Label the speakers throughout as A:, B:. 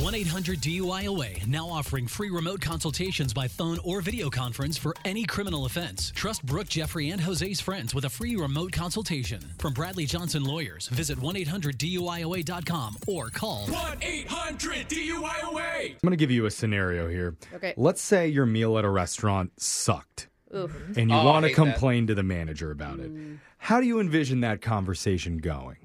A: 1 800 DUIOA now offering free remote consultations by phone or video conference for any criminal offense. Trust Brooke, Jeffrey, and Jose's friends with a free remote consultation. From Bradley Johnson Lawyers, visit 1 800 DUIOA.com or call
B: 1 800 DUIOA.
C: I'm going to give you a scenario here.
D: Okay.
C: Let's say your meal at a restaurant sucked
D: Oof.
C: and you
E: Oh, I
C: want to
E: hate that.
C: complain to the manager about it. How do you envision that conversation going?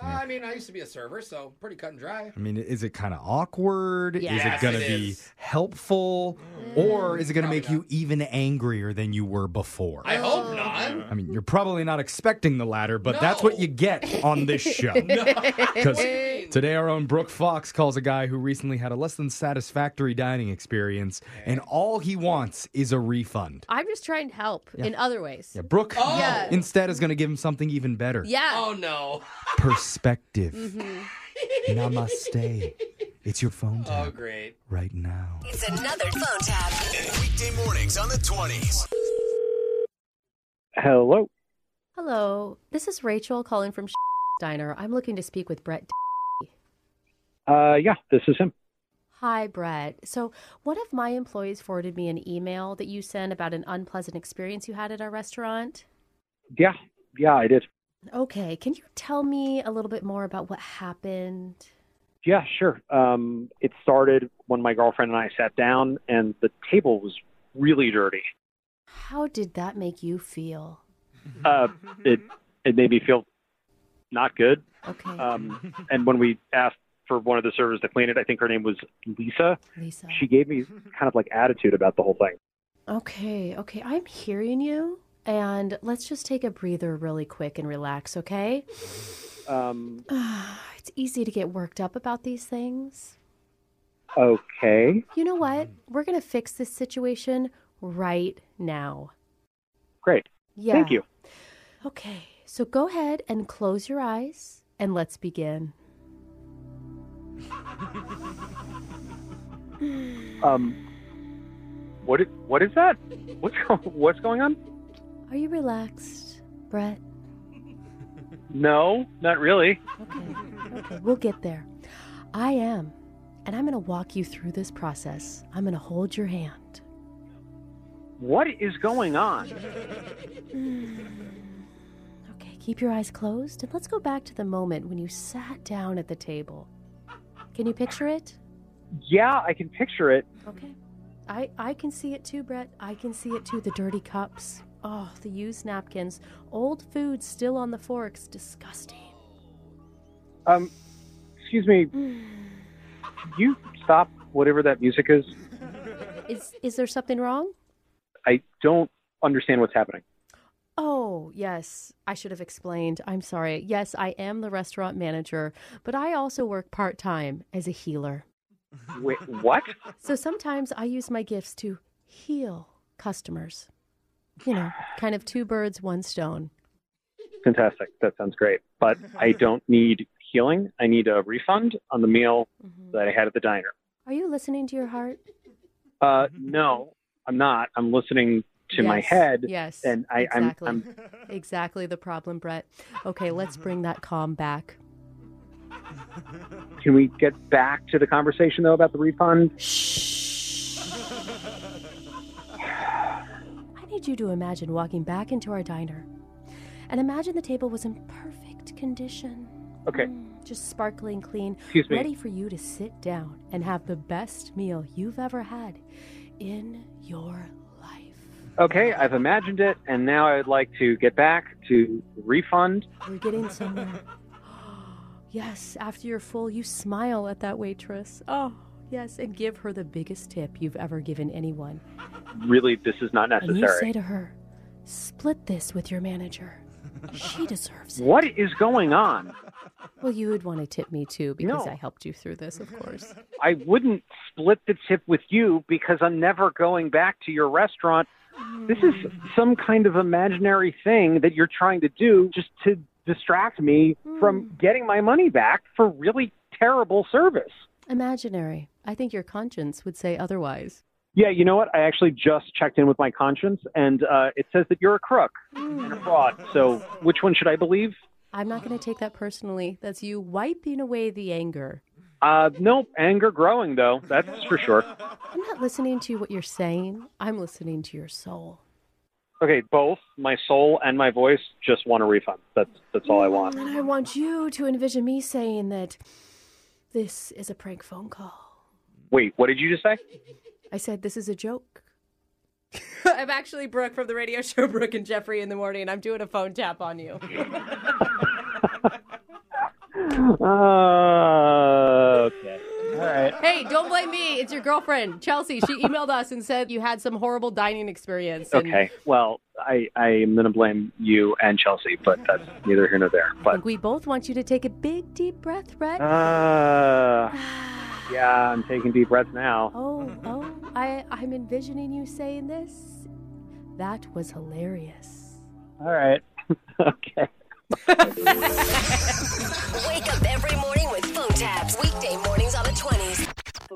E: Uh, I mean, I used to be a server, so pretty cut and dry.
C: I mean, is it kind of awkward? Is
D: Yes,
C: it going to
E: it
C: be
E: is.
C: helpful? Or is it going to
E: Probably
C: make you even angrier than you were before?
E: I hope not.
C: I mean, you're probably not expecting the latter, but that's what
E: No.
C: you get on this show. Because today, our own Brooke Fox calls a guy who recently had a less than satisfactory dining experience, and all he wants is a refund.
D: I'm just trying to help in other ways.
C: Yeah, Brooke
D: Yeah.
C: instead is going to give him something even better
D: Yeah.
E: Oh no.
C: perspective. Namaste. It's your phone
E: Oh
C: tap
E: great.
C: right now.
F: It's another phone tap.
G: Weekday mornings on the 20s.
H: Hello.
D: Hello. This is Rachel calling from Diner. I'm looking to speak with Brett.
H: Uh, yeah, this is him.
D: Hi, Brett. So, one of my employees forwarded me an email that you sent about an unpleasant experience you had at our restaurant.
H: Yeah, yeah, I did.
D: Okay, can you tell me a little bit more about what happened?
H: Yeah, sure. Um, it started when my girlfriend and I sat down, and the table was really dirty.
D: How did that make you feel?
H: Uh, it it made me feel not good.
D: Okay,
H: Um, and when we asked for one of the servers to clean it, I think her name was Lisa.
D: Lisa.
H: She gave me kind of like attitude about the whole thing.
D: Okay, okay, I'm hearing you. And let's just take a breather really quick and relax, okay?
H: Um,
D: it's easy to get worked up about these things.
H: okay,
D: You know what?
H: Mm-hmm.
D: We're going to fix this situation right now.
H: great.
D: Yeah.
H: Thank you.
D: Okay, so go ahead and close your eyes and let's begin.
H: Um, what is, what is that? What's what's going on?
D: Are you relaxed, Brett?
H: No, not really.
D: Okay, okay, we'll get there. I am, and I'm going to walk you through this process. I'm going to hold your hand.
H: What is going on?
D: Okay, keep your eyes closed and let's go back to the moment when you sat down at the table. Can you picture it?
H: Yeah, I can picture it.
D: Okay. I, I can see it too, Brett. I can see it too. The dirty cups. Oh, the used napkins. Old food still on the forks. Disgusting.
H: Um, excuse me. Could you stop whatever that music is?
D: Is is there something wrong?
H: I don't understand what's happening.
D: Oh, yes. I should have explained. I'm sorry. Yes, I am the restaurant manager, but I also work part-time as a healer.
H: Wait, what?
D: So sometimes I use my gifts to heal customers. You know, kind of two birds, one stone.
H: Fantastic. That sounds great. But I don't need healing. I need a refund on the meal
D: Mm-hmm.
H: that I had at the diner.
D: Are you listening to your heart?
H: Uh, no, I'm not. I'm listening to
D: Mm-hmm.
H: my
D: Yes,
H: head.
D: Yes.
H: And I,
D: exactly.
H: I'm,
D: exactly the problem, Brett. Okay, let's bring that calm back.
H: I'm. Can we get back to the conversation though about the refund?
D: Shh. I need you to imagine walking back into our diner and imagine the table was in perfect condition.
H: Okay.
D: Mm, Just sparkling clean,
H: Excuse me.
D: ready for you to sit down and have the best meal you've ever had in your life.
H: Okay, I've imagined it, and now I'd like to get back to refund.
D: We're getting somewhere. yes, after you're full, you smile at that waitress. Oh, yes, and give her the biggest tip you've ever given anyone.
H: Really, this is not
D: And you
H: necessary.
D: say to her, split this with your manager. She deserves it.
H: What is going on?
D: Well, you would want to tip me too because
H: No.
D: I helped you through this, of course.
H: I wouldn't split the tip with you because I'm never going back to your restaurant. This is some kind of imaginary thing that you're trying to do just to distract me from getting my money back for really terrible service.
D: Imaginary. I think your conscience would say otherwise.
H: Yeah, you know what? I actually just checked in with my conscience, and uh, it says that you're a crook and a fraud. So, which one should I believe?
D: I'm not going to take that personally. That's you wiping away the anger.
H: Uh, nope, anger growing though. That's for sure.
D: I'm not listening to what you're saying. I'm listening to your soul.
H: Okay, both my soul and my voice just want a refund. That's that's all I want.
D: And I want you to envision me saying that this is a prank phone call.
H: Wait, what did you just say?
D: I said this is a joke. I'm actually Brooke from the radio show Brooke and Jeffrey in the morning. and I'm doing a phone tap on you.
H: Uh, okay. All right.
D: Hey, don't blame me. It's your girlfriend, Chelsea. She emailed us and said you had some horrible dining experience. And
H: Okay. Well, I I am gonna blame you and Chelsea, but that's neither here nor there. But
D: Like we both want you to take a big deep breath, right?
H: uh, yeah, I'm taking deep breaths now.
D: Oh, oh, I, I'm envisioning you saying this. That was hilarious.
H: All right. okay.
F: Wake up every morning with phone taps. Weekday mornings on the 20s.